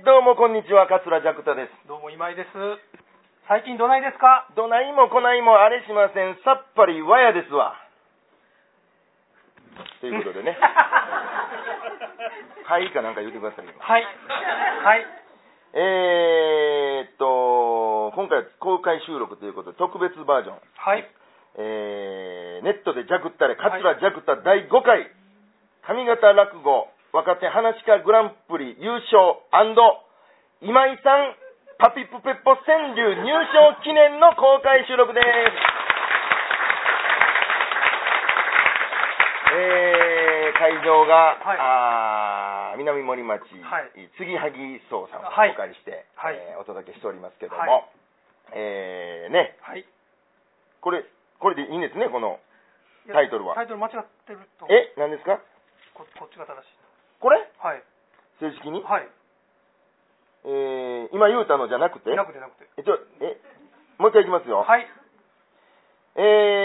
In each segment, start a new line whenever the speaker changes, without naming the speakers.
ちは、桂ジャクタです。
どうも今井です。最近どないですか。
どないもこないもあれしません。さっぱりわやですわ。ということでね
は
はいかなんか言ってくださいよ。
い。はい。
えーっと、今回公開収録ということで、特別バージョン。
はい。
えー、ネットでジャクタレ、桂ジャクタ第5回、上方落語、若手話家グランプリ優勝今井さん、パピプペッポ川柳入賞記念の公開収録です。えー、会場が、
はい
あー南森町、
はい
杉萩荘さんを
はい
お借りして、
はい
えーお届けしておりますけども、
はい
えー、ね、
はい。
これ、これでいいんですね、この。タイトルは
や
い
タイトル間違ってると。
え、何ですか
ここっちが正しい。
これ
はい。
正式に、
はい。
えー、今言うたのじゃなくて
なくてなくて。
え、ちょ、え、もう一回いきますよ。
はい。
え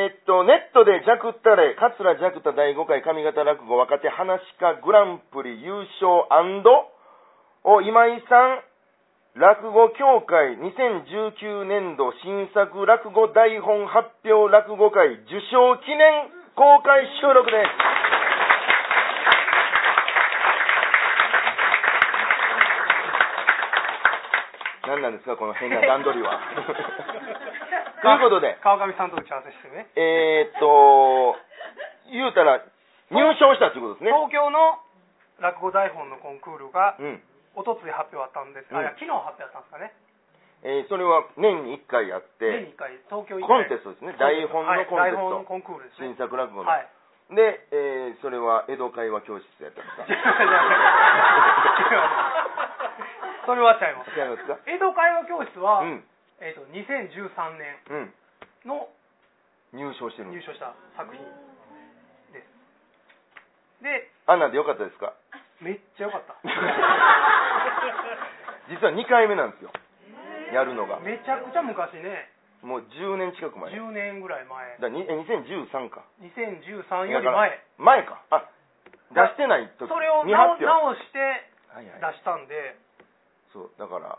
ーっと、ネットでジャクタレ、桂ジャクタ第5回上方落語若手話家グランプリ優勝お今井さん、落語協会2019年度新作落語台本発表落語会受賞記念公開収録です。何なんですか、この変な段取り は。ということで、
川上さんと打ち合わせしてね。
えーっと、言うたら、入賞したということですね。
東京の落語台本のコンクールが、
うん。
おとつい発表あったんです
う
が、
ん
いや昨日発表あったんですかね。
えーそれは年に1回やって、
年に1回、東京一
コン
回
テストですね。台本のコン
は
テ
い台本の
スト。
コンクールです
新
ね。
作落語の。
はい。
で、えーそれは江戸会話教室でやったんですか
違う違う違う それはちゃいます。
違いますか
江戸会話教室は、
うん。
えー、と2013年
うん。
の
入賞してるん
入
で
賞
す。
した作品ですで
あんなんでよかったで すか
めっちゃ良かった
実は2回目なんですよ。やるのが。
めちゃくちゃ昔ね
もう10年近く前。
10年ぐらい前
だにえ2013か。
2013より前
前か。あ、出してない時。
それを
未発
直
表
直して
はいはい
出。したんで
そう、だから、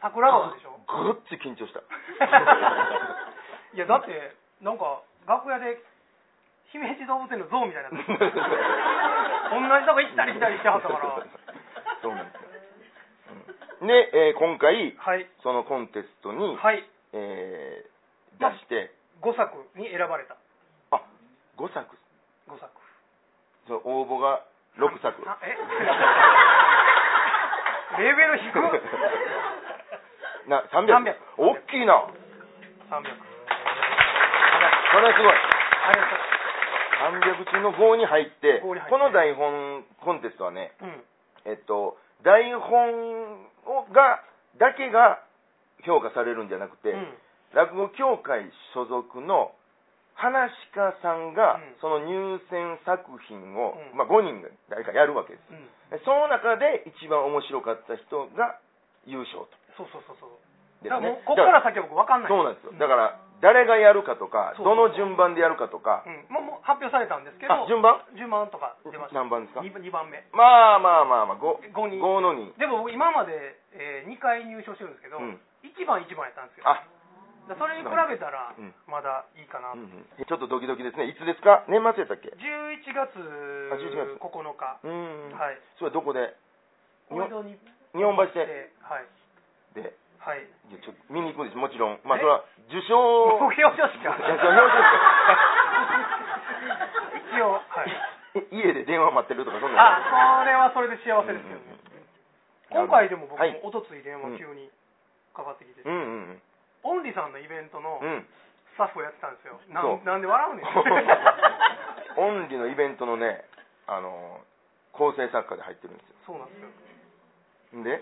桜川で しょ
ぐっち緊張した。
いやだってなんか楽屋で姫路動物園の象みたいになってる同じとこ行ったり来たりしてはったから
そうなんですようんで、えー今回、
はい
そのコンテストに、
はい
えー
まあ
出して、
5作に選ばれた
あ、5作。
5作
そう応募が6作。
あえ レベル低っ
な、300。
300
大きいな。
300あり
これはすごい。
がと
300中の5に入って、
5に入って
この台本コンテストはね、
ううん
えっと、台本をが、だけが評価されるんじゃなくて、
うん
落語協会所属の話家さんが
うん、
その入選作品を、
うん
まあ5人が誰かやるわけです。
うん
でその中で一番面白かった人が優勝と。
そうそうそうそう
で
だからも
すね
う。ここから先は僕分かん
だから
ない
そうなんですよ。だ
か
から、誰がやるかとか、
そうそう
どの順番でやるかとか、
うんもうもう発表されたんですけ
あ
ど、
順番
順番とか出ました
何番ですか
2, 番目
まあまあまあまあ、5、
5人
5の2。
でも僕今まで、え2回入賞してるんですけど、
うん
1番1番やったんですよ
あ、
だからそれに比べたら
うん
まだいいかな、
うんうんちょっとドキドキですね。いつですか年末やったっけ
11月
あ11月
9日
うーん。
はい
それはどこで
大
日本
江戸に
日本橋で
はい
で
はい
いやちょっと見に行くんですもちろんまあ
え
それは受賞
目標書しか
いやそれは
一応はい
表彰式え家 で電話待ってるとかそんなの
あそれはそれで幸せですけどね、今回でも僕
は
も
い
おとつい電話急にかかってきて、
うんうん
オンリーさんのイベントの
う んうん
スタッフをやってたんですよ、な
そ
ん
う
なんで笑うねん
オンリーのイベントのねあの構成作家で入ってるんで
そうなんです よ
すよんで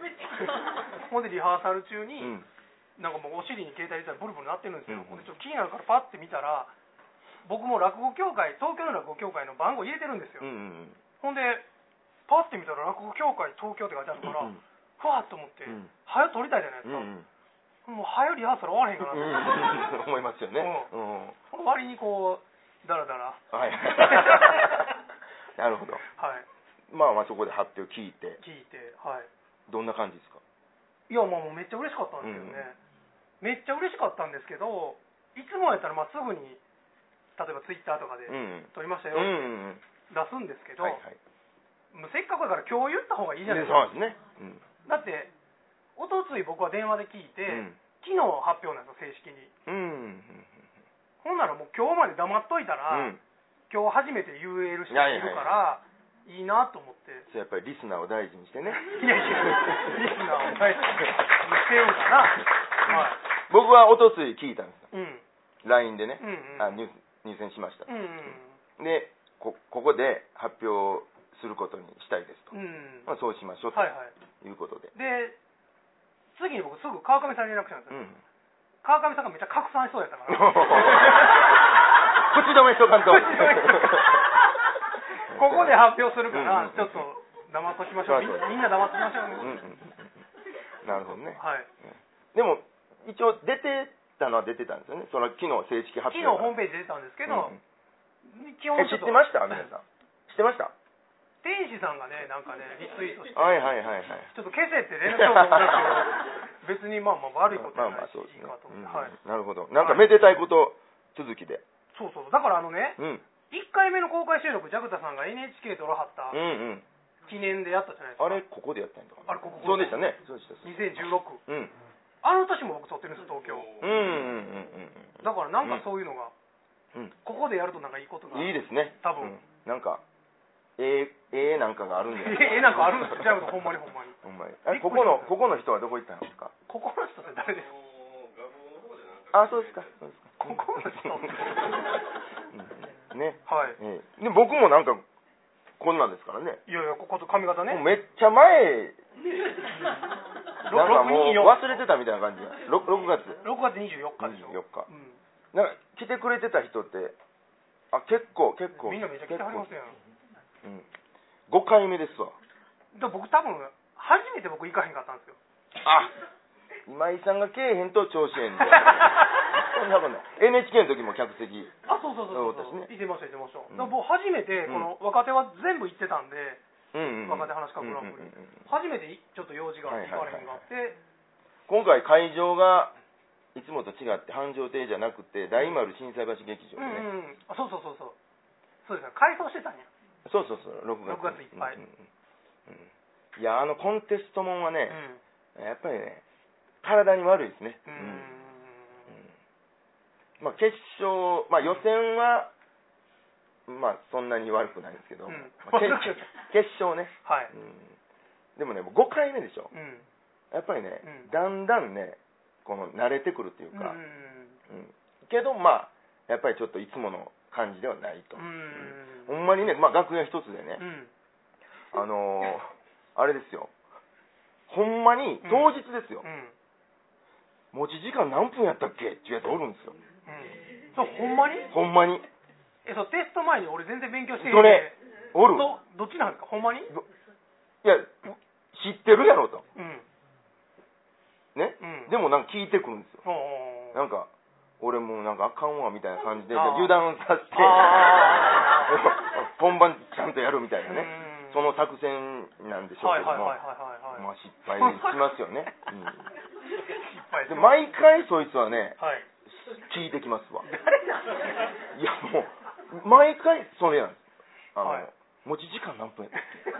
ほんでリハーサル中
う
に、
ん
なんかもうお尻に携帯入れたらブルブルなってるんですよ、
うんうん
でちょっと気になるからパッて見たら僕も落語協会東京の落語協会の番号入れてるんですよ、
うんうん
ほんでパッて見たら落語協会東京って書いてあるから、
うん
ふわっと思って、
うん
早く撮りたいじゃないで
う
す
んう
か、
ん
もう早うリハーサル終わらへんかなと
うんうん思いますよね
う
うんは
思って、割にこうダラダラ
い なるほど
はい
まあまあそこで発表聞いて
聞いてはい
どんな感じですか
いや、まあもうめっちゃ嬉しかったんですよね。めっちゃ嬉しかったんですけど、いつもやったらまあすぐに、例えばツイッターとかで
うんうん
撮りました
うん
よ、
うんうん
出すんですけど、
はいはい
もうせっかくだから今日言った方がいいじゃない
で
です
そう
か。
ですねうん
だって、おとつい僕は電話で聞いて、
うん
昨日発表なんですよ、正式に。
うんうん
ほんならもう今日まで黙っといた
う
ら、
ん
今日初めて言える人がいるから、いいなと思って。
そうやっぱりリスナーを大事にしてね
いやいや、リスナーを大事にしてるんかな。はい。
僕はおとつい聞いたんですよ
うん。
LINE でね
うんうん。
あ入入選しました
うん
でこここで発表することにしたいですと
うん。うん。
ま
は
あそうしましょう
いはい。
ということで
で、次に僕すぐ川上さんに連絡したんです
う
よ。
ん
川上さんがめっちゃ拡散しそうやったから。
口止めしとかんと
口止めしとかんと ここで発表するか
うんうん
ら、ちょっと黙っときましょう。み
そうそう
みんな黙っときましょ
うんうん
うね。
なるほどね
はい。
でも一応出てたのは出てたんですよねその昨日正式
昨
発表
日ホームページ出てたんですけど
うん、
基本
え知
ちょ
っ
と
てました皆さん知ってました
天使さんがね、なんかね、リツイートして、
はいはいはいはい
ちょっと消せって連絡をけど、別にまあまあ悪いことじ
まあ
ゃ
ま
な
あ
いし、
そうです
いい
ね
かと思って。
うん
はい。
なるほどなんかめでたいこと続きで
そうそう。だからあのね、
うん
1回目の公開収録、ジャグタさんが NHK ドラハった
うんうん
記念でやったじゃないですか。
あれここでやったんだ
あれここ
そうでしたねそうでしたそうでし
?2016。
たうん
あの年も僕撮ってるんです、東京。
うんうんうんうん
だからなんかそういうのが、
うん
ここでやるとなんかいいことが。
いいですね
多分
うんなんかええええなんかがあるんじゃない
え、なんかあるんですかジャグタほんまにほんまに。
ほんまにえここのここの人はどこ行ったんですか
ここの人って誰ですか
あそうですかそうですか
ここの人
うんね
はい。
ええで僕もなんかこんなんですからね
いやいや、ここと髪型ね
もう。めっちゃ前
ろ
なんかもう
624
忘れてたみたいな感じが 6, 6月
6月24日でしょ。
24日
うん。
なんか来てくれてた人ってあ結構結構
みんなめちゃくちゃありますやん。
結構うん、5回目ですわ
だから僕多分、初めて僕行かへんかったんですよ。
あ今井さんがけえへんと調子ええ んでそんなことない NHK の時も客席
あ、そうそうそうそう
そうですね
行ってました、行ってました。
ん
だから僕初めて、この若手は全部行ってたんで、
うんうん
若手話し家グランプリ
うんうんうんうん
初めていちょっと用事があって行かれへんがあって、
今回会場がいつもと違って繁盛亭じゃなくて大丸心斎橋劇場でね、
うんうん。あ、そうそうそうそう。そうですね、改装してたんや。
そうそうそう6月
六月いっぱい
うんうんうんうんいやあのコンテストもんは
う
ね、
ん。
やっぱりね体に悪いですね、
う
うん
ん。
まあ、決勝、まあ、予選は、まあ、そんなに悪くないんですけど、
うん
まあ決 決勝ね、
はい。
うん、でもね、もう5回目でしょ、
うん。
やっぱりね、
うん
だんだんね、この慣れてくるっていう
う
か、
ん。
うんけど、まあ、やっぱりちょっといつもの感じではないと、
うん。
ほんまにね、まあ、楽屋一つでね
う、ん。
あのーあれですよ、ほんまに当日ですよ
う、ん。
持ち時間何分やったっけっていうやつおるんですよ、
うん。そう、ほんまに
ほんまに、
え、そう、テスト前に俺全然勉強してへん
それ、おる。
ど、どっちなんですかほんまにう
いや、知ってるやろと。
ん。
ね。
うん。
で
も、
もなんか聞いてくるんですよ。
おー
なんか、俺もうなんかあかんわみたいな感じで、
あー
油断させて
あ、
本番ちゃんとやるみたいなね。
ね
その作戦なんでしょう
はい
けど
はい
も、
はいはいはいはい。
まあ失敗しますよね。
失敗
うん、で
も、
毎回そいつはね、
はい。
聞いてきますわ。い
誰だい
や もう、毎回それやんです。あの、
はい
持ち時間何分やったっけ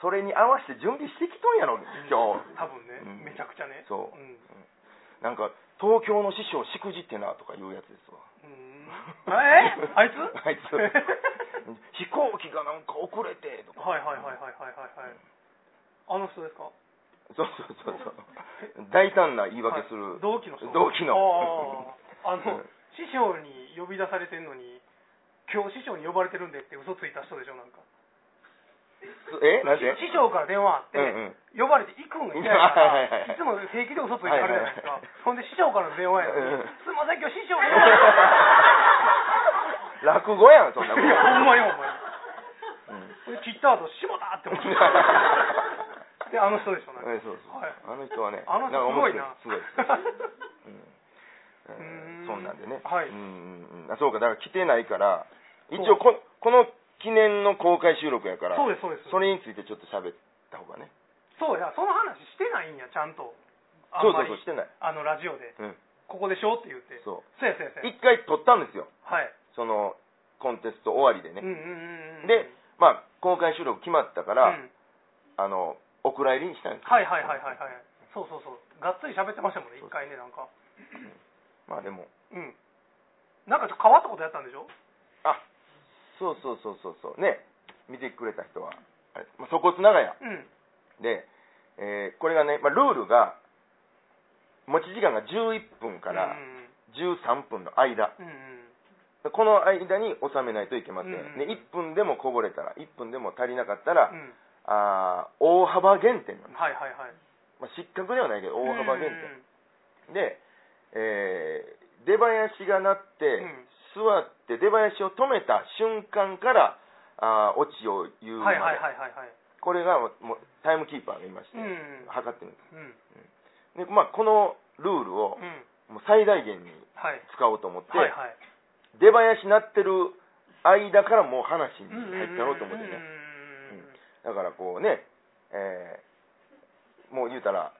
それに合わせて準備してきとんやろ、今日。
多分ね、
うん
めちゃくちゃね。。
そうんなんか、東京の師匠しくじってなとかいうやつですわ。
うんえ あいつ
あいつ飛行機がなんか遅れてと か。
はいはいはいはいはいはいはい。あの人ですか
そうそうそうそう。大胆な言い訳す
は
る。
い同期の人
同期の
あーあ
う
の
ん
師匠に呼び出されてんのに今日師匠に呼ばれてるんでって嘘ついた人でしょなんか
えなんで
師匠から電話あって、
うんうん
呼ばれて行くんが嫌やから
はいはいはい
いつも平気で嘘ついてはるじゃないですか、
はいはいはい
ほんで師匠からの電話や
うん
のに、
うん
すいません今日師匠に呼ばれて
落語やん、そんなこと。
いやほんまにほんま
うん
にで切った後「しもた!」って思 ってであの人でしょなんか
えそうそう
はい
あの人はね
あの人すごいな
んか面白いすごいです
う
うんんそうなんでね、
はい
うんうんうんあそうかだから来てないから一応ここの記念の公開収録やか ら
そうですそうです
それについてちょっと喋った方がね
そうやその話してないんやちゃんとあ
そ
ん
うそ
ま
う
り
そう、してない。
あのラジオで
うん。
ここでしょって言って
そう
やそうやそうや
一回撮ったんですよ。
はい
その、コンテスト終わりでね。
うんうんうんうん
で、まあ、公開収録決まったか
うん
ら、あの、お蔵入りにしたんですよ。
はいはいはいはいはいそうそうそうがっつり喋ってましたもんね一回ねなんか
まあでも、
うんなんかちょっと変わったことやったんでしょ
あ、そうそうそうそうそう。ね、見てくれた人は、あれ、まあ、そこつ長屋。
うん
で、えーこれがね、まあ、ルールが、持ち時間が11分から
うん
13分の間。
うんうん
この間に収めないといけません。
うんうん
で、1分でもこぼれたら、1分でも足りなかったら、
うん
あー大幅減点なんです。
はいはいはい
まあ、失格ではないけど、大幅減
うんうんうん
点。で、えー出囃子が鳴って、
ん
座って出囃子を止めた瞬間から、あーオチを言うま
は
で、
いはいはいはいはい
これがもうもうタイムキーパーがいまして、
うん
測ってるんで
うん
す。で、まあ、このルールを
うん
もう最大限に
はい
使おうと思って、
はいはい
出囃子鳴ってる間からもう話に入ったろうと思ってね。
うん
だからこうね、えーもう言うたら、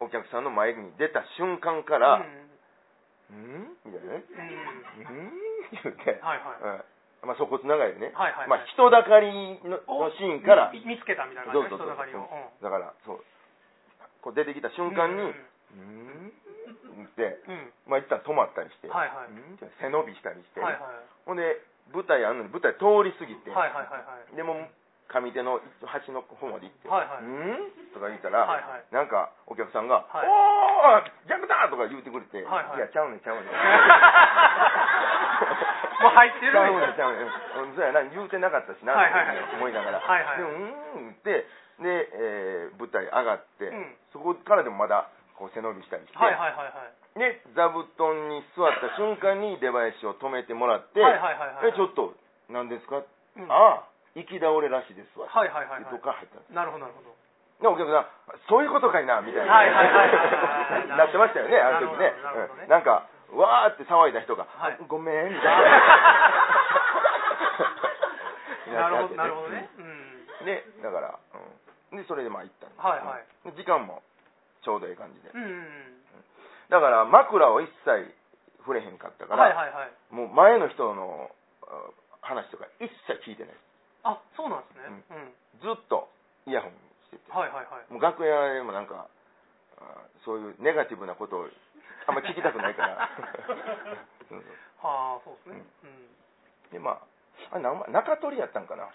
お客さんの前に出た瞬間か
う
ら、
ん
うんみたいなね。
うん
うん言って、
はいはい
うんまあ、そこつながりでね、
はいはいはい
まあ、人だかりの
お
のシーンから、
み見つけたみたいな
ど
感
う
じ
ぞ
の
ど
人
う
だ
ぞ
かりをうん
だから、そう、こう出てきた瞬間に、
う
うんんって、
うん
まあ、一旦止まったりして、
はいはい
うんって背伸びしたりして、
はいはい
ほんで、舞台あんのに舞台通り過ぎて、
はいはいはいはい
でも上手の端の方まで行って、
はいはい
うんとか言ったら、
はいはい
なんかお客さんが、
はい
おー、ジャンクだとか言うてくれて、
はいはい
や、ちゃうねん、ちゃ う
も
ねん。
う入ってる
ちゃうねん、ちゃうねん。うんそうやな、言うてなかったしな、
はいはいはい
思いながら。
はいはい
でも、うーんって、で、えー舞台上がって、
うん
そこからでもまだこう背伸びしたりして、
はいはいはいはい
で、座布団に座った瞬間に出囃子を止めてもらって、
はいはいはいはい
え、ちょっと、何ですか、
うん
ああ、行き倒れらしいですわ。
はいはいはいは
とか入ったんです
いなるほどなるほど
でお客さん、そういうことかいな、みたいな。
はいはいはいはいはい
なってましたよね、あの時ね。
なるほどなるほどね
うんなんか、わーって騒いだ人が、
はい
ごめん、みたいな。
な るほどなるほど
やっ
ね
て
うん
たわけで。で、だから、うんで、それでまあ行ったんです
はいはい
うん時間もちょうどいい感じで。
うんうん
だから、枕を一切触れへんかったか
はい
ら、
はいはい
もう前の人のあ話とか一切聞いてない。
あそうなんですねうん
ずっとイヤホンしてて。
はいはいはい
もう楽屋でもなんか、あーそういうネガティブなことをあんま聞きたくな いから。そうそう
はあそうですねうん
で、まあ、あれ、なん中取りやったんかな。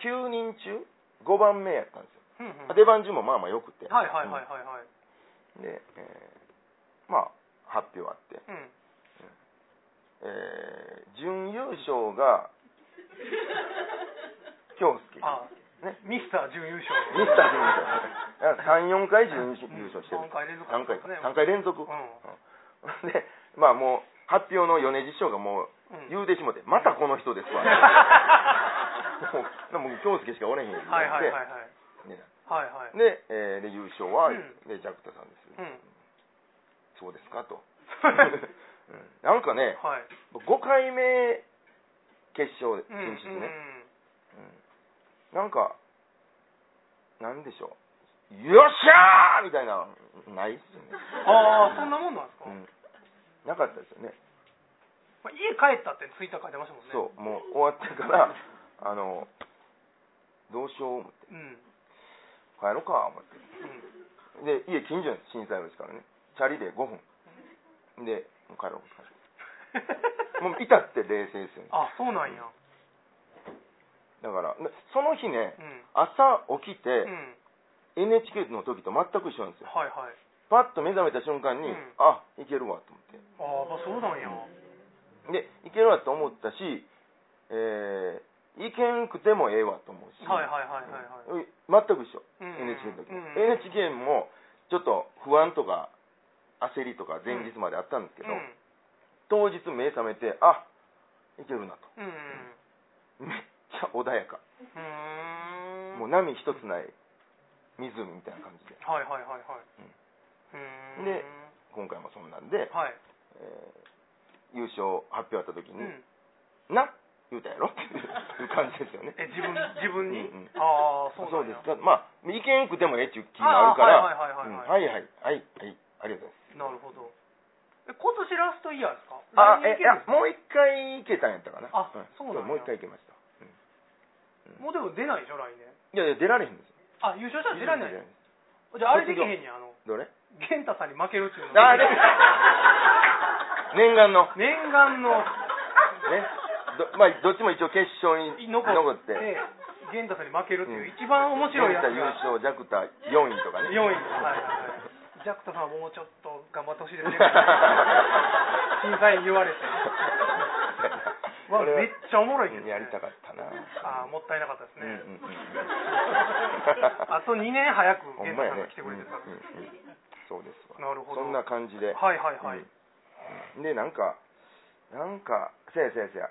9人中5番目やったんですよ。
うんうん
出番中もまあまあ良くて。
はいはいはいはいはい
うんで、えーまあ、発表あって、
うん
えー準優勝が、京介。
あ
ね。
ミスター準優勝
ミスター準優勝。3、4回準優勝してる。
3回連続
3回
ですね
三回連続。
う
うんで、まあもう、発表の米次師匠がもうん
うん
言うてしもて、またこの人ですわ。もう、もう京介しかおれへんようになっ
はいはいはいは
て
い
ね
はいはい
で、えーで、優勝は、
うん
で、ジャクタさんです、
うん
そうですかと。うんなんかね、
はい
5回目決勝
う
進
んうん
出ね、うんなんか、なんでしょう。よっしゃーみたいな、ないっすね。
ああそんなもんなんですか
うんなかったですよね。
まあ家帰ったってツイッター書いてましたもんね
そう、もう終わってから、あの、どうしよう思って、
うんうん
帰ろうか思って。で、家近所です、震災ですからね。チャリで5分。で、もう帰ろう帰ろうもう至って冷静ですよね。
あそうなんや
だから、でその日ね
う、ん
朝起き
う
て、
ん
NHK の時と全く一緒なんですよ。
はいはい
パッと目覚めた瞬間に、
うん
あ、いけるわと思って。
ああまあそうなんや
で、いけるわと思ったし、えー、いけんくてもええわと思うし、
はいはいはいはいはい
うん全く一緒、
うん
NHK の時
うん
も、NHK もちょっと不安とか焦りとか前日まであったんですけど、
うん
当日目覚めてあいけるなと
うん
めっちゃ穏やか、
うーん
もう波一つない湖みたいな感じで
はいはいはいはいうん
で今回もそんなんで、
はい
えー優勝発表あった時
う
に、
ん
なっ言うたやろっていう感じですよね。
え自分自分に、
うんうん
ああそう
そう
なん
です
や
か。まあ、意見食ってもええっていう気になるから。
あー
うん
は
はいはいはいはい。ありがとう
な
ございます。
るほどえ今年ラストイヤーですか
あ、
来
え、
年行
いや、
けるんですか
もう一回行けたんやったかな。
あ
はい
そうなんや
もう一回行けました。
もうでも出ないでしょ来年
いやいや、出られへんです。
あ優勝したら出られないじ
出れへんです
ゃああれできへんねんあの
どれ
源太さんに負けるっていうの
あで念願の。
念願の
ね。どまあ、どっちも一応決勝に
残っ
残ってて、
源太さんに負けるっていううん一番面白いやつ
ジャクタ
が
優勝、ジャクタ4位とかね。
4位はいはいジャクタさんはもうちょっと頑張ってほしいです ね審査員言われてわ
これは
めっちゃおもろいけどね
やりたかったな。
ああもったいなかったです
うんうん
ね、
うん
あと2年早く
ほん
源
ま
太
や
さんが。来てくれ
ね
てたら、
うんうんうんそうですわ。
なるほど
そんな感じで。
はいはいはい、
うんでなんかなんかせやせやせや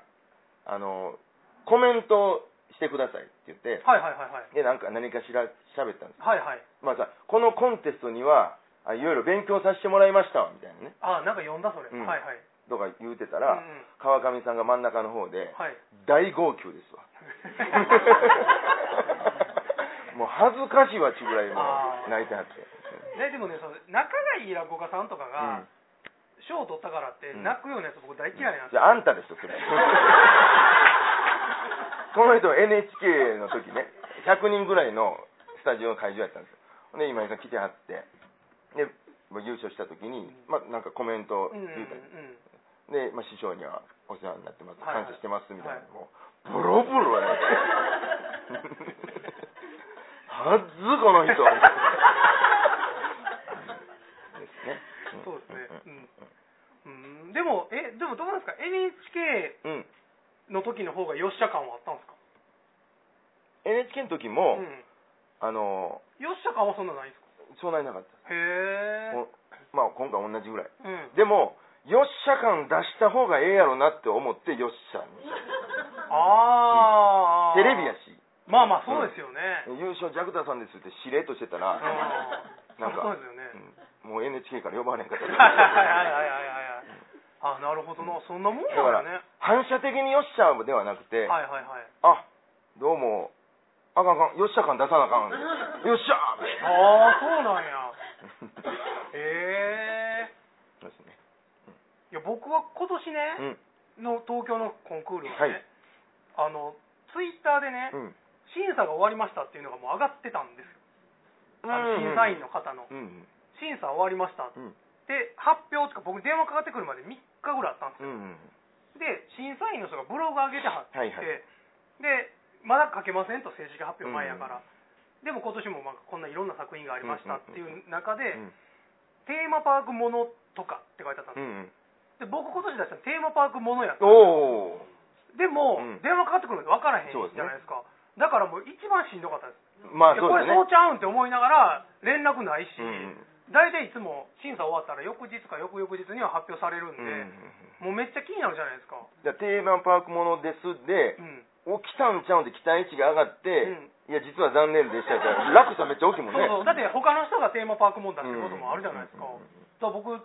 あのコメントしてくださいって言って
はいはいはいはい
でなんか何かしら喋ったんです
はいはい
まあさこのコンテストにはあいろいろ勉強させてもらいましたわみたいなね
あなんか読んだそれ、
うん
はいはい
とか言うてた
う
ら、
んうん
川上さんが真ん中の方で
はい
大号泣で すわもう恥ずかしいわっちゅうぐらいも
あー
う泣いてはって
ね、でもねその仲がいい落語家さんとか
うん
が賞、を取ったからって
うん
泣くようなやつ僕大嫌いなんです
じ
よ、
ゃああんたでしょ それこの人 NHK の時ね100人ぐらいのスタジオの会場やったんですよほんで今井さん来てはってでまあ優勝した時に、まあ、なんかコメントを
うん
言
うん
うたり、
うん
で、まあ、師匠にはお世話になってます
はいはい
感謝してますみたいな、
はい
もうボロボロやねはっずこの 人ですね
そうですねうん、うん、でもえでもどうなんですか NHK
うん、うん、
の時の方がよっしゃ感はあったんですか
NHK の時も、
うん
あの
よっしゃ感はそんなないんですか
そうなりなかった
へえ
おまあ今回同じぐらい
うん
でもよっしゃ感出した方がええやろなって思ってよっしゃに
ああ、
テレビやし
まあまあそうですよね、
優勝ジャクタさんですってしれっとしてたら
うん
なんか
そうですよね、
うんもう NHK から呼ばれへんかった
はいはいはいはいはいあなるほどな、そんなもんなん
だから
だね
反射的によっしゃではなくて、
はいはいはい
あどうもあかんあかんよっしゃ感出さなあかんよっしゃ
ああそうなんや
ー
ええ
そうですね
いや僕は今年ね、
うん
の東京のコンクールのね、
はい
あのツイッターでね、
うん
審査が終わりましたっていうのがもう上がってたんですよあの審査員の方の、
うんうん
審査終わりましたっ
うん
て発表とか僕電話かかってくるまで3日ぐらいあったんですよ
うんうん
で審査員の人がブログ上げてはって、
はいはい
でまだ書けませんと正式発表前やから、でも今年もまあこんないろんな作品がありましたっていう中で、
うん
テーマパークものとかって書いてあった
うん
です、
ん
で僕今年出したのテーマパークものやった
うんおお
でも、
うん
電話かかってくるの分からへんじ
そうですね
ゃないですかだからもう一番しんどかったです
まあ
で
そ
こ
う
れ
です
そ
ね
うちゃうんって思いながら連絡ないし、
うんうん
大体いつも審査終わったら翌日か翌々日には発表されるんで、も
うんうんうん
うめっちゃ気になるじゃないですかう
じゃあテーマパークものですで、
ん
お来たんちゃうんで期待値が上がって、
うん
いや実は残念でしたって落差めっちゃ大きいもんね
そうそうだって他の人がテーマパーク問題ってこともあるじゃないですか、
うんうんうん
だから僕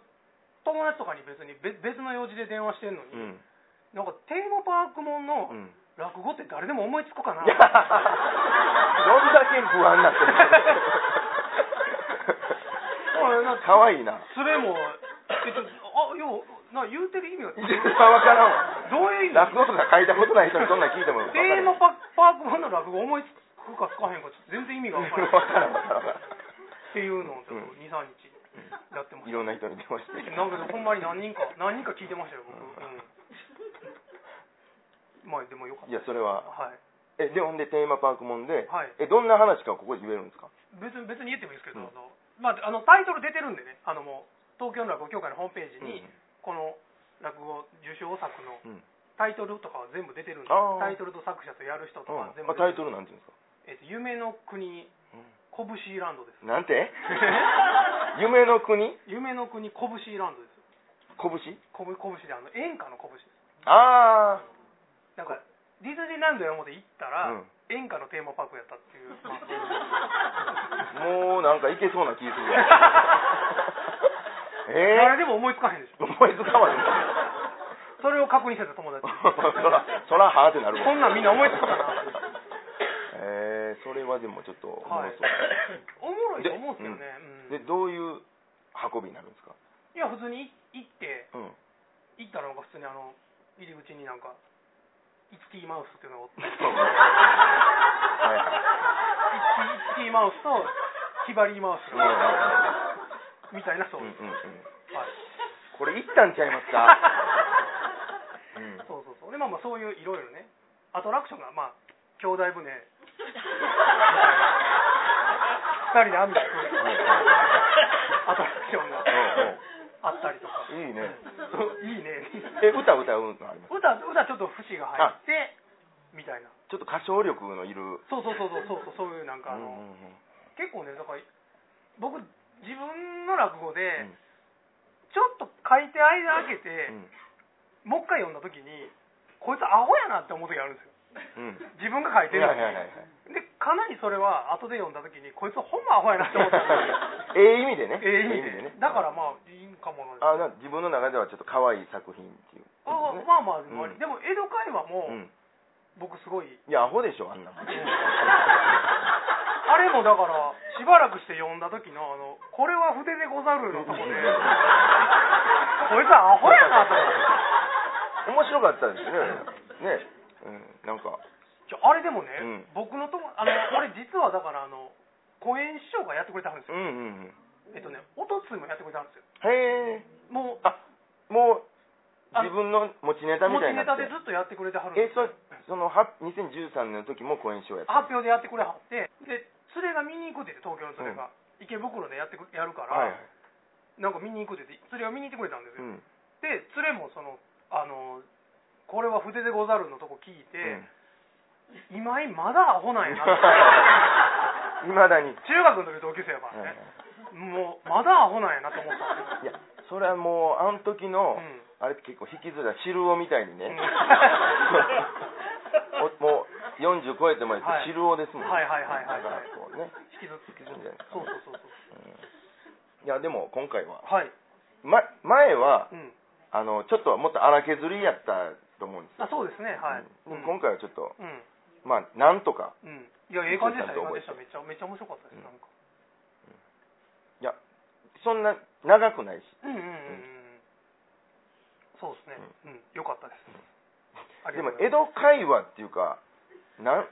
友達とかに別に別別の用事で電話してんの
う
に、
ん
なんかテーマパークもんの
うん
落語って誰でも思いつくかな、
いやどんだけ不安になってるかわいいな
それもえちょあような言うてる意味が
一番わからんわ
どういう意味
落語とか書いたことない人にそんなん聞いてもわ
テ
から
ーマ
ん
パパークもんの落語思いつくかつかへんかちょっと全然意味が分からな
わからん わからん
い
わか
っていうのをちょっと23日やってま
らん
し
い
た
ろんな人に出まして
なんかほんまに何人か何人か聞いてましたよ僕、うん、まあでもよかっ
いやそれは
たはい
えでほんでテーマパークもんで、
はい
えどんな話かここで言えるんですか
別に別に言ってもいいですけど、
うん
あのまあ、あのタイトル出てるんでねあのもう東京の落語協会のホームページに、
うん
この落語受賞作の
うん
タイトルとかは全部出てるんで
あー
タイトルと作者とやる人と
うん
か
あ
全部
タ
出
イ
て
ト
る、
ルなんていうんですか
えっと夢の国こぶしランドです
な んて夢の国
夢の国こぶしランドですこ
拳
ぶこぶしであの演歌のこぶしです
あ
なんかディズニーランド山本行った
あ、
ら、
うん
演歌のテーマパークやったっていう、まあ
もうなんかいけそうな気す るわえ
誰でも思いつかへんでしょ
思いつかまへん
それを確認してた友達
そらそらはーってなるもん
そんなんみんな思いつくかな
えー、それはでもちょっとおも
は
ろ
い
そう、
おもろいと思うんですけどね、うん
でどういう運びになるんですか
いや普通に行って
うん
行ったらなんか普通にあの入り口になんかイッティマウスっていうのがおってイッティイッティマウスとヒバリーマウス
うん
みたいなそううん
うん
です、
うん
はい
これいったんちゃいますか うん
そうそうそうでまあまあそういういろいろねアトラクションがまあ兄弟船二人で網引くアトラクションがあったりとか
うんうんいいね
そういいね
え歌歌うのあります
歌歌ちょっと節が入ってみたいな
ちょっと歌唱力のいる
そうそうそうそうそうそうそういうなんかあ
うんう
の、
んうん
結構ねだから僕自分の落語で、
ん
ちょっと書いて間開けて、
う
も
ん
う一回読んだ時にこいつアホやなって思う時あるんですよ
うん
自分が書いてるのに、
はいはいはいはい
でかなりそれは後で読んだ時にこいつほんまアホやなって思った
え え意味でね
ええ意味でねだから
あ
まあいいんかもな
あなんか自分の中ではちょっと可愛い作品っていう
あまあまあ、でもあり
うん
でも江戸会話も、
うん
僕すごい
いやアホでしょあんなも
あ
ん
れもだからしばらくして読んだ時のあの「これは筆でござる」のとこでこいつはアホやなと思
面白かったです ねねうんなんか
ってちょあれでもね、
うん
僕のともあのあれ実はだからあの小円師匠がやってくれたんです
う
よ、
んうんうん
えっとねおとついもやってくれたんですよ
へえ
もう
あもう自分の持ちネタみ
持
たい
ち
にな
ネ
っ
タ
て
でずっとやってくれてはるんで
え
す
そ
よ
れそのは2013年の時も公演しようやった
発表でやってくれはってで連れが見に行くって言って東京の連れが、池袋でやってくやるから、
はいはい
なんか見に行くって言って連れが見に行ってくれたんです
う
よ、
ん
で連れもそのあのこれは筆でござるのとこ聞いて、今井まだアホなんやなって
いまだに
中学の時同級生やか
はいは
ら
い
ね、もうまだアホなんやなって思ったん
い
ですよ
やそれはもうあの時の、
うん
あれって結構引きずら汁男みたいにね、
うん
お もう40超えてもやっ
は
て
い
汁男ですもんね、
はいはいはいはい
だからこうね
引きずって
引きずるんじゃないですか
そう
ね
そうそうそう
いやでも今回は、
はい、
ま、前は
うん、
あのちょっともっと荒削りやったと思うんですよ
あそうですねはい、
でも
うん
今回はちょっと
うん
まあなんとか
うん、いや、ええ感じでした、ええ
ちゃ
感
んと覚
じで
え
してた、めっちゃ、めっちゃ面白かったです、
うん
なんか。
いやそんな長くないし
うんうんうんうん。そうですね、うん、良かったです。あり
で
がと
も
うござい
江戸会話っていうかなん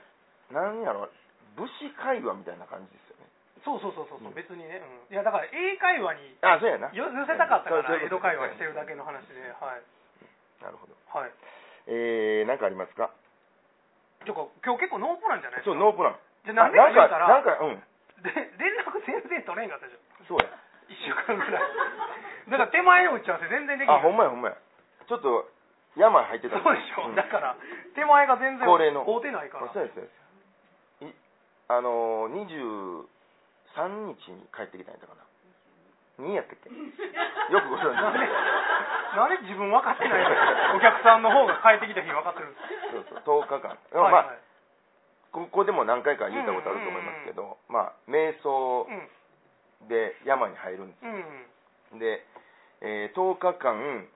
なんやろ武士会話みたいな感じですよね
ますそうそうそうそう、う別にね、うん、いや、だから、英会話に
あそうやな
寄寄せたかったか
そう
ら、
そう
江戸会話してるだけの話で、はい。
なるほど
はい。
えー、なんかありますか
てか、今日結構ノープランじゃないです
そう
か。
ノープラン
じゃあ、なんで
あ
か
なん
言
か
うたら、
なんかうん
で連絡全然取れんかったでしょ。
そうや
一週間ぐらい。 だから、手前の打ち合わせ全然できな
あ
い。
ほんまやほんまやちょっと山入って
そ
た
うでしょ、
ん
だから、手前が全然
恒例の
合うてないから。
あそうですそうですいあのー、23日に帰ってきたんやったかな2やったっけよくご存
なんで
知で、
なんで自分分かってない のお客さんの方が帰ってきた日分かってるんです
そうそう10日
か
間、まあ
はいはい
ここでも何回か言ったことあると思いますけど、まあ瞑想
うん
で山に入るんで
うん
すで、えー10日間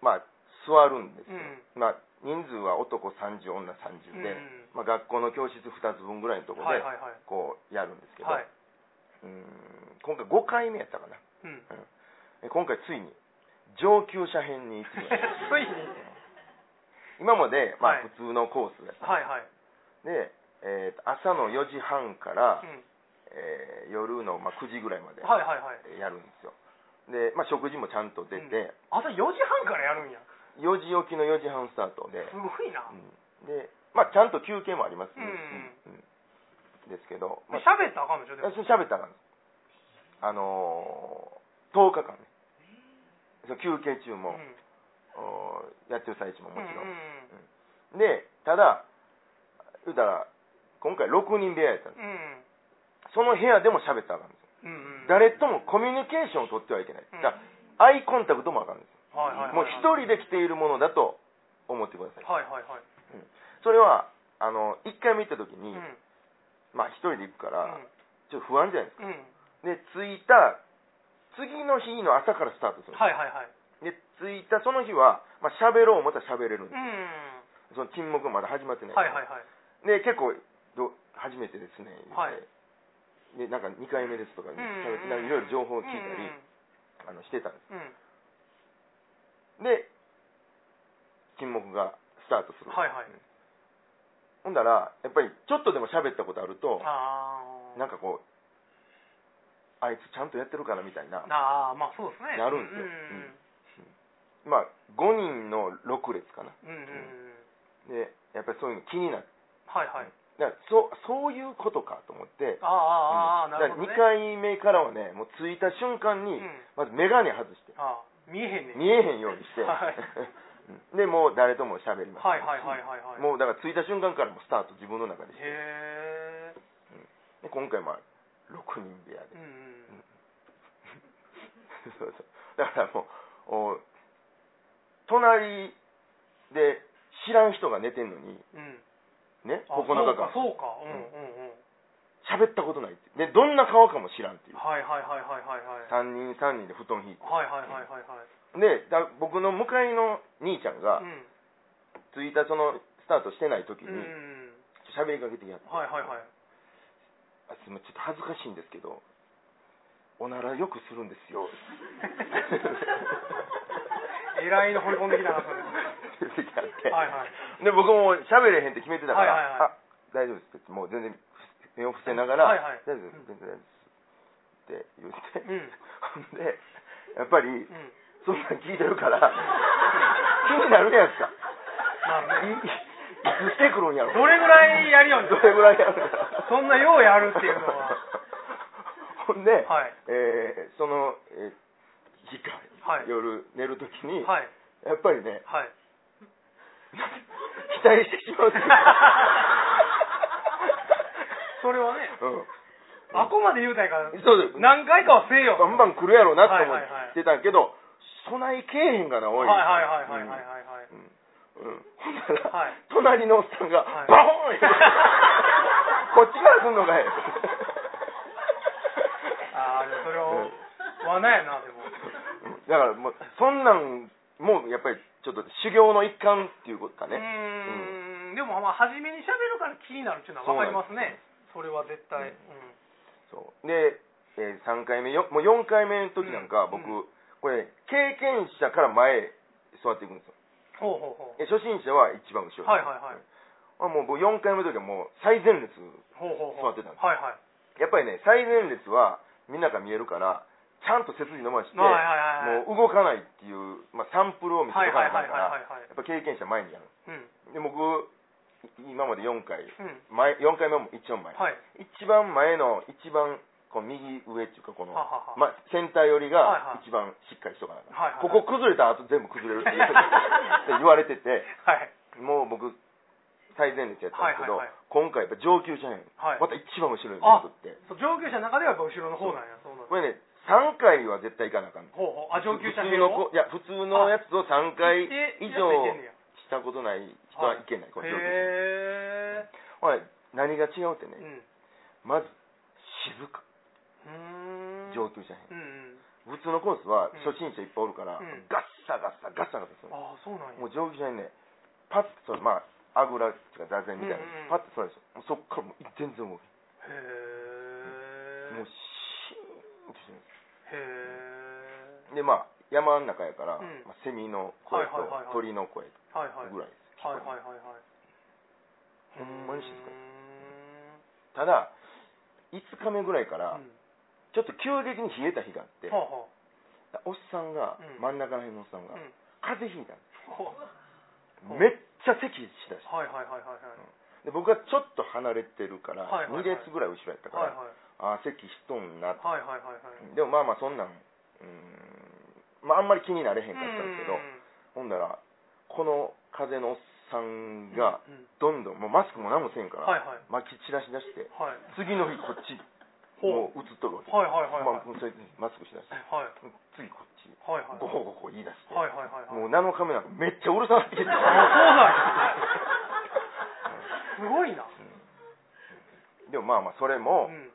まあ座るんですよ、まあ人数は男30女30で、
うん
まあ、学校の教室2つ分ぐらいのとこ
は
ろ
い
で
はいはい
こうやるんですけど、
はいう
ーん今回5回目やったかな
うん
え今回ついに上級者編に行ってきました
ついに
今まで、ま
は
あ、
い
普通のコースやった、
はいはい
で、えーと朝の4時半から
う、ん
えー夜の、まあ、9時ぐらいまで
はいはいはい
やるんですよで、まあ、食事もちゃんと出て、
朝4時半からやるんや
4時起きの4時半スタートで、
すごいな
うんでまあ、ちゃんと休憩もあります、
うん
うんうんですけど、まあ、
喋ったらあかんでしょでも
そう喋ったらあかんですあのー、10日間ねそう休憩中も、
うん
おやってる最中ももちろ
うん
ん、
うん
でただ言うたら今回6人部屋やったんです
うん
その部屋でも喋ったらあかんですよ
うんうん
誰ともコミュニケーションを取ってはいけない、
うん
だからアイコンタクトもあかんですよ
はいはいはい
もう一人で来ているものだと思ってください
はいはいはい
それはあの1回見た時
う
に、
んうん
まあ一人で行くから、ちょっと不安じゃない
うん
ですかで着いた次の日の朝からスタートするんです
はいはいはい
で着いたその日は、まあ、喋ろう思ったら喋れるんで
うん。
す。その沈黙まだ始まってない。
はいはいはい。
で、結構、ど初めてですね、言って
はい
で、なんか2回目ですとかね、
うん
喋ってなんかいろいろ情報を聞いたり、あのしてたんです。
うんうんうん。
で、沈黙がスタートする。
はいはい。
ほんだら、やっぱりちょっとでも喋ったことあると、
ああ。
なんかこう、あいつちゃんとやってるかなみたいな、
ああ、まあそうですね。
なるんですよまあ、5人の6列かな。
うん。うんうんうん。
で、やっぱりそういうの気になる。
はいはい。
だからそそういうことかと思って、
ああああ、ああなるほど、ね。
2回目からはね、もう着いた瞬間に、
うん
まず眼鏡外して、
ああ、見えへんねん。
見えへんようにして、
はい
うんで、もう誰とも喋ります。
はいはいはいはいはい。
もうだから着いた瞬間からもうスタート自分の中でして
へえ。
で今回まあ6人部屋で
う んうん。
そうそうだからもうお隣で知らん人が寝てんのに
うん。
ね
あ
9日間
そうか、そうか。うんうんうん。
喋ったことないってでどんな顔かも知らんっていう
はいはいはいはいはいはい。
3人3人で布団引いて
はいはいはいはいはい。
でだ僕の向かいの兄ちゃんが
うん。
着いたそのスタートしてない時に
うんうん。
喋りかけてきやって
はいはい はい。
あすいませんちょっと恥ずかしいんですけどおならよくするんですよ
えらいの掘り込んできたな、それ。
出てきたって
はいはい。
で僕も喋れへんって決めてたから、
はいはいはい
あ大丈夫ですってもう全然目を伏せながら、
はいはい。
大丈夫です全然大丈夫ですって言って、
うん。
ほんでやっぱり
うん。
そんなん聞いて るから気になるじゃないですか
なる
い
ね。
いつしてくるんやろ
どれぐらいやるよん
どれぐらいやるん
そんなようやるっていうのは。
ほんで、
はい。
えーその、えー日か、
はい
夜寝るときに、
はい。
やっぱりね
はい。
期待してしまうっ ていう
それはね、
うん
あこまで言うたんやから、
そうです
何回かはせえよ。
バンバン来るやろうなと思
はいはいはい
ってたけど、備えけえへんがな、お。
はいいはいはいはいはいはいはい。
うん。うんほんなら、
はい
隣のおっさんが、
はい
バホ ーンこっちから来んのかい。
ああ、でもそれ
うん
を、罠やな、でも。
うんだからもう、そんなん、もうやっぱりちょっと修行の一環っていうことか
う
ね。
ーん、でもまあ、初めに喋るから気になるっていうのはわかりますね。それは絶対。うん。
そう。で、えー、3回目、よもう4回目の時なんか、
うん
僕、これ、経験者から前へ座っていくんですよ。
ほうほうほう。
え初心者は一番後ろ。
はいはいはい。
あもう僕4回目の時はもう最前列
ほうほうほう。
座ってたんです
はいはい。
やっぱりね最前列はみんなが見えるからちゃんと背筋伸ばして、
はいはいはいはい。
もう動かないっていう、まあ、サンプルを見せと
は
か
いは
ない
はいはい
あかんから
はい
や
はい。
っぱ経験者前にやる
うん。
で僕い今まで4回
うん。
前4回目も一番前、
はい。
一番前の一番こう右上っていうかこの
ははは。
まあ、センター寄り
はいは
が
い
一番しっかりしとかな
はい
あかん
はいはい
ここ崩れたらあと全部崩れるっ て言うって言われてて
はい。
もう僕最前列やったんですけど、
はいはいはい
今回やっぱ上級者やねん
はい。
また一番後ろに戻って
そう上級者の中ではやっぱ後ろの方なんや。そうなんだ
これね3回は絶対行かなあかんの
ほうほう。あ、上級者
普
の
通の子いや普通のやつを3回以上
へ
したことない人はいけない、これ上級者
え。
ほい何が違うって
う
ね、
ん。
まず静か
うーん。
上級者へん
うんうん。
普通のコースは
うん
初心者いっぱいおるから、
うん
ガッサガッサガッサガッサする
ああ、そうなんや。
もう上級者にねパッとまああぐらっていうか座禅みたいな、
うんうん
パッとそうでしょもうそっからもう全然動く
へえ。
もうシーンとしてる
へえ。
でまあ山の中やから、
うん
まあ、セミの声と
はいはいはいはい
鳥の声と
はいはい。
ぐらいです、
はいはいはいはい。
ほんまに静か
うー
に
ん
ただ5日目ぐらいか
う
ら、
ん。
ちょっと急激に冷えた日があって、
はあは
おっさんが、
うん
真ん中らへんのおっさんが、
あ。うん。
風邪ひいたんで
ほ
す
うん
めっちゃ咳しだし
うはいはいはいはい
で僕はちょっと離れてるから、
はいはいはい
2列ぐらい後ろやったか
はい。はい
ら、ああー咳しとんなって
はいはいはいはいはい。
でもまあまあそんなんうーんまああんまり気になれへんかったんですけど、ほんだらこの風邪のおっさんが
うんうん
どんどんもうマスクも何もせんから、
はいはい
巻き散らしだして
はい
次の日こっちもう映っとるわけ、
はいはいはいはい
まあ、それでマスクしだして
はい
次こっち
はいはい
ゴホゴホ言い出して、
はいはいはいはい
もう7日目なんかめっちゃうるさなってきて
あそうなんやすごいな
でもまあまあそれ
う
も、
ん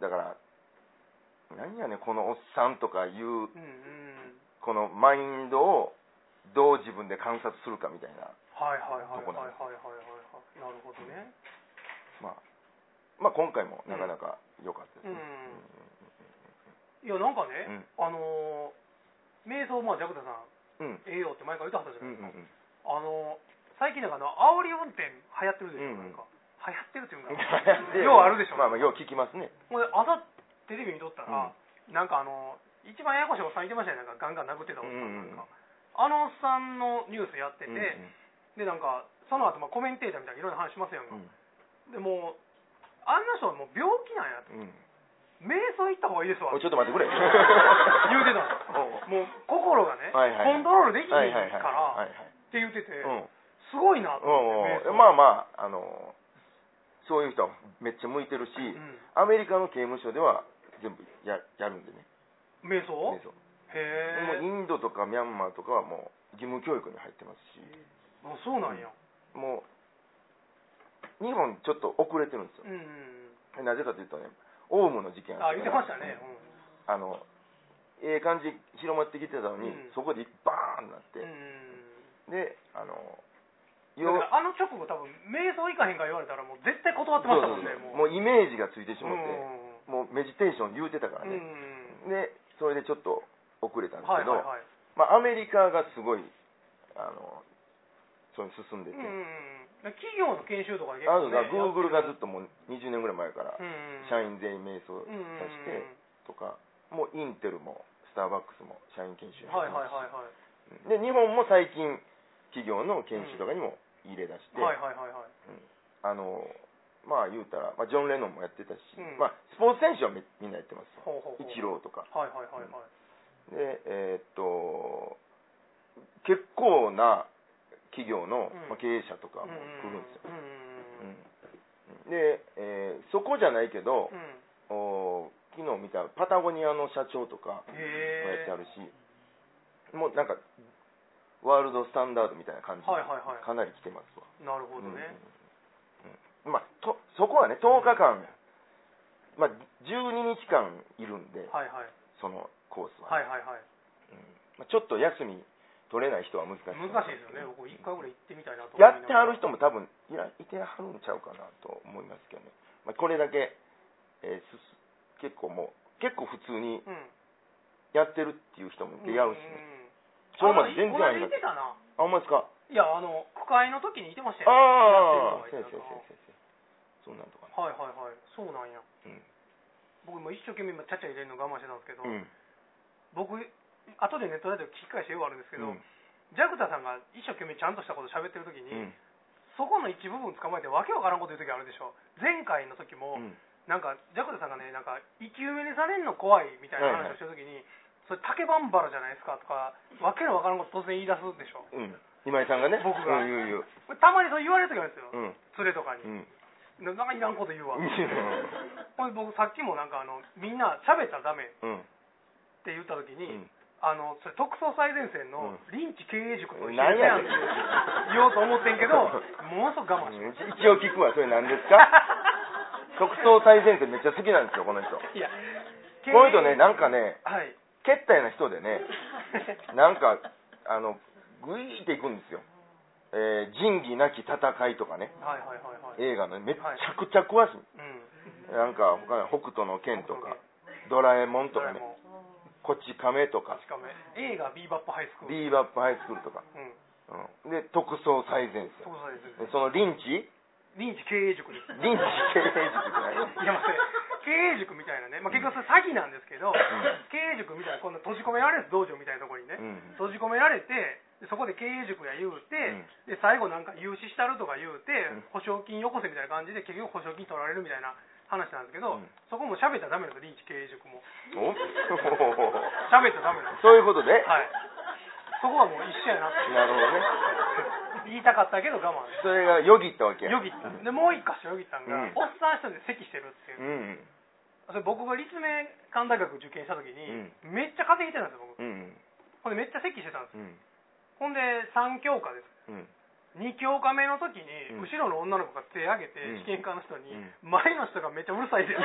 だから何やねんこのおっさんとかいう
うんうん
このマインドをどう自分で観察するかみたいな、
はいはいはいはいはいはい
とこな
は
ん
い
です
はいなるほどね
まあ、まあ今回もなかなか良かったです
うん
ね。
いやなんかね、
うん
あのー瞑想まあジャクタさん
うん。
ええよって前から言ってはったじゃ
うん
ない
うん
ですか、
うん。
あの最近なんかあの煽り運転流行ってるでしょ、
うん
なんか流行ってるっていう
流
か
行って
ようあるでしょ
まあまあ、よう聞きますね。
俺朝テレビ見とった
うん
ら、なんかあの一番ややこしいおっさんいてましたよねなんかガンガン殴ってたおっさんなんか、
うんうんうん
あのおっさんのニュースやってて、
うんう
でなんかその後まあコメンテーターみたいないろいろ話しますやんか、
ん
でもうあんな人はもう病気なんやと
うん。うん
瞑想行った方がいいですわ
おいちょっと待 ってくれ。
言うてた
お
の
う
もう心がね、
はいはい
コントロールでき
は
ないい
はいはい。
から
は
っ
いはい。
て言ってて、
うん。
すごいなと思って瞑
う
想
ん、まあまあ、あのそういう人はめっちゃ向いてるし、
うん
アメリカの刑務所では全部ややるんでね、
瞑想
瞑想
へ
も
え
うインドとかミャンマーとかはもう義務教育に入ってますし、
あそうなんや
もう日本ちょっと遅れてるんです
うん、うん、
よ、なぜかというとね、オウムの事件
あ
っ
言ったて
か
ま
ら
したね、
あのええ感じ広まってきてたのに、
うん
そこでバーンなっ
う
て
ん、う、ん
で、あの
だからあの直後多分瞑想行かへんから言われたらもう絶対断ってましたもんね
も
もう
うイメージがついてしま
う
って。
ん
もうメディテーション言うてたか
う
ら
ん
ね、でそれでちょっと遅れたんです
はい
け
は
ど、
いはい
まあ、アメリカがすごいあのそういうの進んで
う
て、
んうんだから企業の研修とかで結
あ
構
と
ね
が Google が
やっ
ずっともう20年ぐらい前から
てるうん
社員全員瞑想
うんうん
させてとか、もうインテルもスターバックスも社員研修
はいはいはい
やっ
は
てますしで日本も最近企業の研修とかにも入れ出し
い
て、
はいはいはいはい
あのまあ言うたら、まあ、ジョン・レノンもやってたし、
うん
まあ、スポーツ選手はみみんなやってます
ほうほうほう
イチローとか
はいはいはいはい
で、えーっと、結構な企業の、
うん
まあ、経営者とかも
うん
来るんですよ。
うんうん
うんで、えーそこじゃないけど
う、ん
お昨日見たパタゴニアの社長とか
へ
もやっ
え
てあるし、もうなんか、ワールドスタンダードみたいな感じで、
はいはいは
かなり来てますわ。
いなるほど
うん
ね
うんまあ、とそこはね、10日間、まあ、12日間いるんで、
はいはい
そのコースは。
はいはいはい
まあちょっと休み取れない人は難しい
難しいですよね僕一回ぐらい行ってみたいなと思い
や
ながら
ってはる人も多分いらいてはるんちゃうかなと思いますけどね、まあ、これだけ、えーすす結構もう結構普通
う
に
ん
やってるっていう人も出会うしね、
ん
それまで全然
あ
あ
のこの間行
りが
ったて
い
たな。
あほんまですか
いや、あの、区会の時にいてましたよ、
ああ
やっ
先生
てるのがいた
先生そんなんとかね
なはいはいはい。そうなんや。
うん
僕も一生懸命今、ちゃちゃ入れるの我慢してたんですけど、
うん
僕、後でネットで聞き返してよくあるんですけど、
うん
ジャクタさんが一生懸命ちゃんとしたこと喋ってる時
う
に、
ん
そこの一部分捕まえてわけわからんこと言う時あるでしょ。前回の時も、
うん
なんか、ジャクタさんがね、なんか、生き埋めにされんの怖いみたいな話をしてる時に、それ竹バンバラじゃないですかとか、わけのわからんこと突然言い出すでしょ。
うん今井さんがね
僕が
うん言う言う
これたまにそう言われる時あるんですよ。
うん
連れとかに
う。ん
ななんかいらんこと言うわ。
うん
ほんで僕さっきもなんかあのみんな喋ったらダメっ
うん
て言った時
う
に、
ん
あのそれ特捜最前線の
う
リンチ経営塾と一緒
何や
や
ね
んっ
ん
て言おうと思ってんけ ど、ものすごく我慢してました。
一応聞くわそれ何 ですか特捜最前線めっちゃ好きなんですよこの人
いや、
この人ね、なんかね、
はい。
けったいな人でね、なんか、あの、ぐいーっていくんですよ。えー仁義なき戦いとかね、
はいはいはいはい。
映画のねめっちゃくちゃ詳しい。
うん。
なんか、他に北斗の剣とか、ドラえもんと
ド
か
ラえ
ね、
もん、
こっち亀とか
確、かめ。映画ビーバップハイスクール。
ビーバップハイスクールとか、
うん。
うん、で、特捜最前線。
特捜最前線。
そのリンチ
リンチ経営塾 です。
リンチ経営塾じゃない
いや、まあ、経営塾みたいなね、まあ、結局それ詐欺なんですけど、経営塾みたいな、こんな閉じ込められる道場みたいなところにね、
うん
閉じ込められて、でそこで経営塾や言うて、で最後なんか融資したるとか言うて、
う
保証金よこせみたいな感じで、結局保証金取られるみたいな話なんですけど、
うん
そこも喋ったらダメなんですよ、リンチ経営塾も。
お
喋ったらダメなんです。
そういうことで、
はい。そこはもう一緒やなって。
なるほどね。
言いたかったけど我慢して。
それがよぎったわけや。
よぎった。で、もう一箇所よぎったんが、
うん
おっさん一人で咳してるっていう
う。ん。
それ僕が立命館大学受験した時に、
う
めっちゃ風邪ひいてたんですよ僕
うん。
ほんでめっちゃ咳してたんですよ
うん。
ほんで3教科です
うん。
2教科目の時に、
うん
後ろの女の子が手挙げて、
うん
試験官の人に、
うん
前の人がめっちゃうるさ いです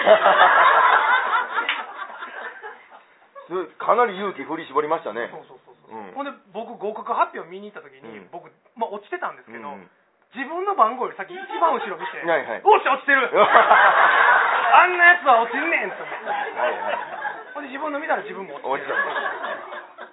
すごいかなり勇気振り絞りましたね
そうそうそうほんで僕合格発表見に行った時に、
うん
僕、まあ、落ちてたんですけど、
うん
自分の番号より先一番後ろ見て「
はいはい」
おっし落ちてる! あんなやつは落ちんねんって思って
はいはい
ほんで自分の見たら自分も落ちてる
落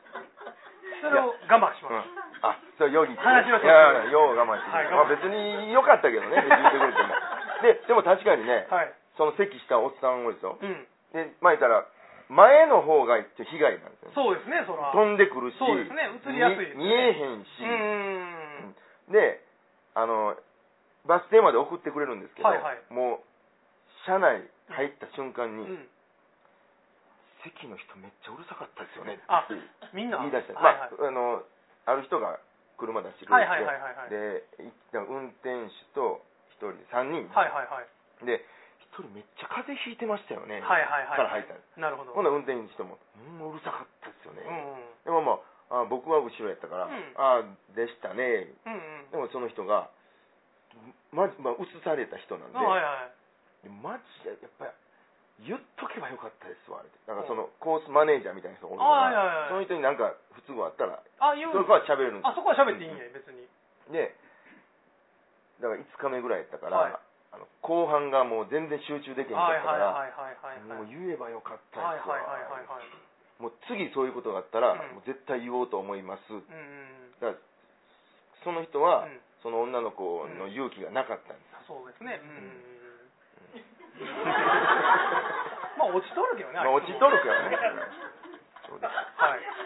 それを我慢し
うん
まし、
あそうよぎって
話をします
いやよう我慢して、
はい
まあ、別によかったけどね聞いてくれてもででも確かにね、
たはい
その席したおっさん多いですよ
うん
でまあ言ったら前の方が被害なんですよね
そうですねそら
飛んでくるし
そうですね映りやすいですね
見見えへんし、
うーん
であのバス停まで送ってくれるんですけど、
はいはい
もう車内入った瞬間
う
に、
ん
席の人めっちゃうるさかったですよね
あ
って
みんな
言い出して、
はいはい
まああのある人が車出してく
はい
れ
はい
て、
はいはいはい
でい運転手と一人で三人、
はいはいはい
で一人めっちゃ風邪ひいてましたよね、
はいはいはい
から入ったんです
なるほど
ほんなら運転手とも「うんうるさかったですよね」
うんうん
でもまああ僕は後ろやったから
うん
「ああでしたね」
うんうん
でもその人がままあ、移された人なんで、
あはいはい
マジでやっぱり言っとけばよかったですわあれってなんかそのコースマネージャーみたいな人がおるか
あいやいやい
ら
や
その人になんか不都合あったら
あ言
そうれから喋れるんです
あ
よ
そこは喋っていいんや別に
でだから5日目ぐらいやったから、
はい
あの後半がもう全然集中できへんか
はいはい
ったから、
はいはいはいはい
もう言えばよかった
はい
です
はい
わ、
はいはいはい
もう次そういうことがあったら、
うん
もう絶対言おうと思います
うんうん
だからその人は、
うん
その女の子の勇気がなかったんです、
そうですねうんうんうんまあ落ちとるけどね
まあ落ちとるけどね
はい
そうです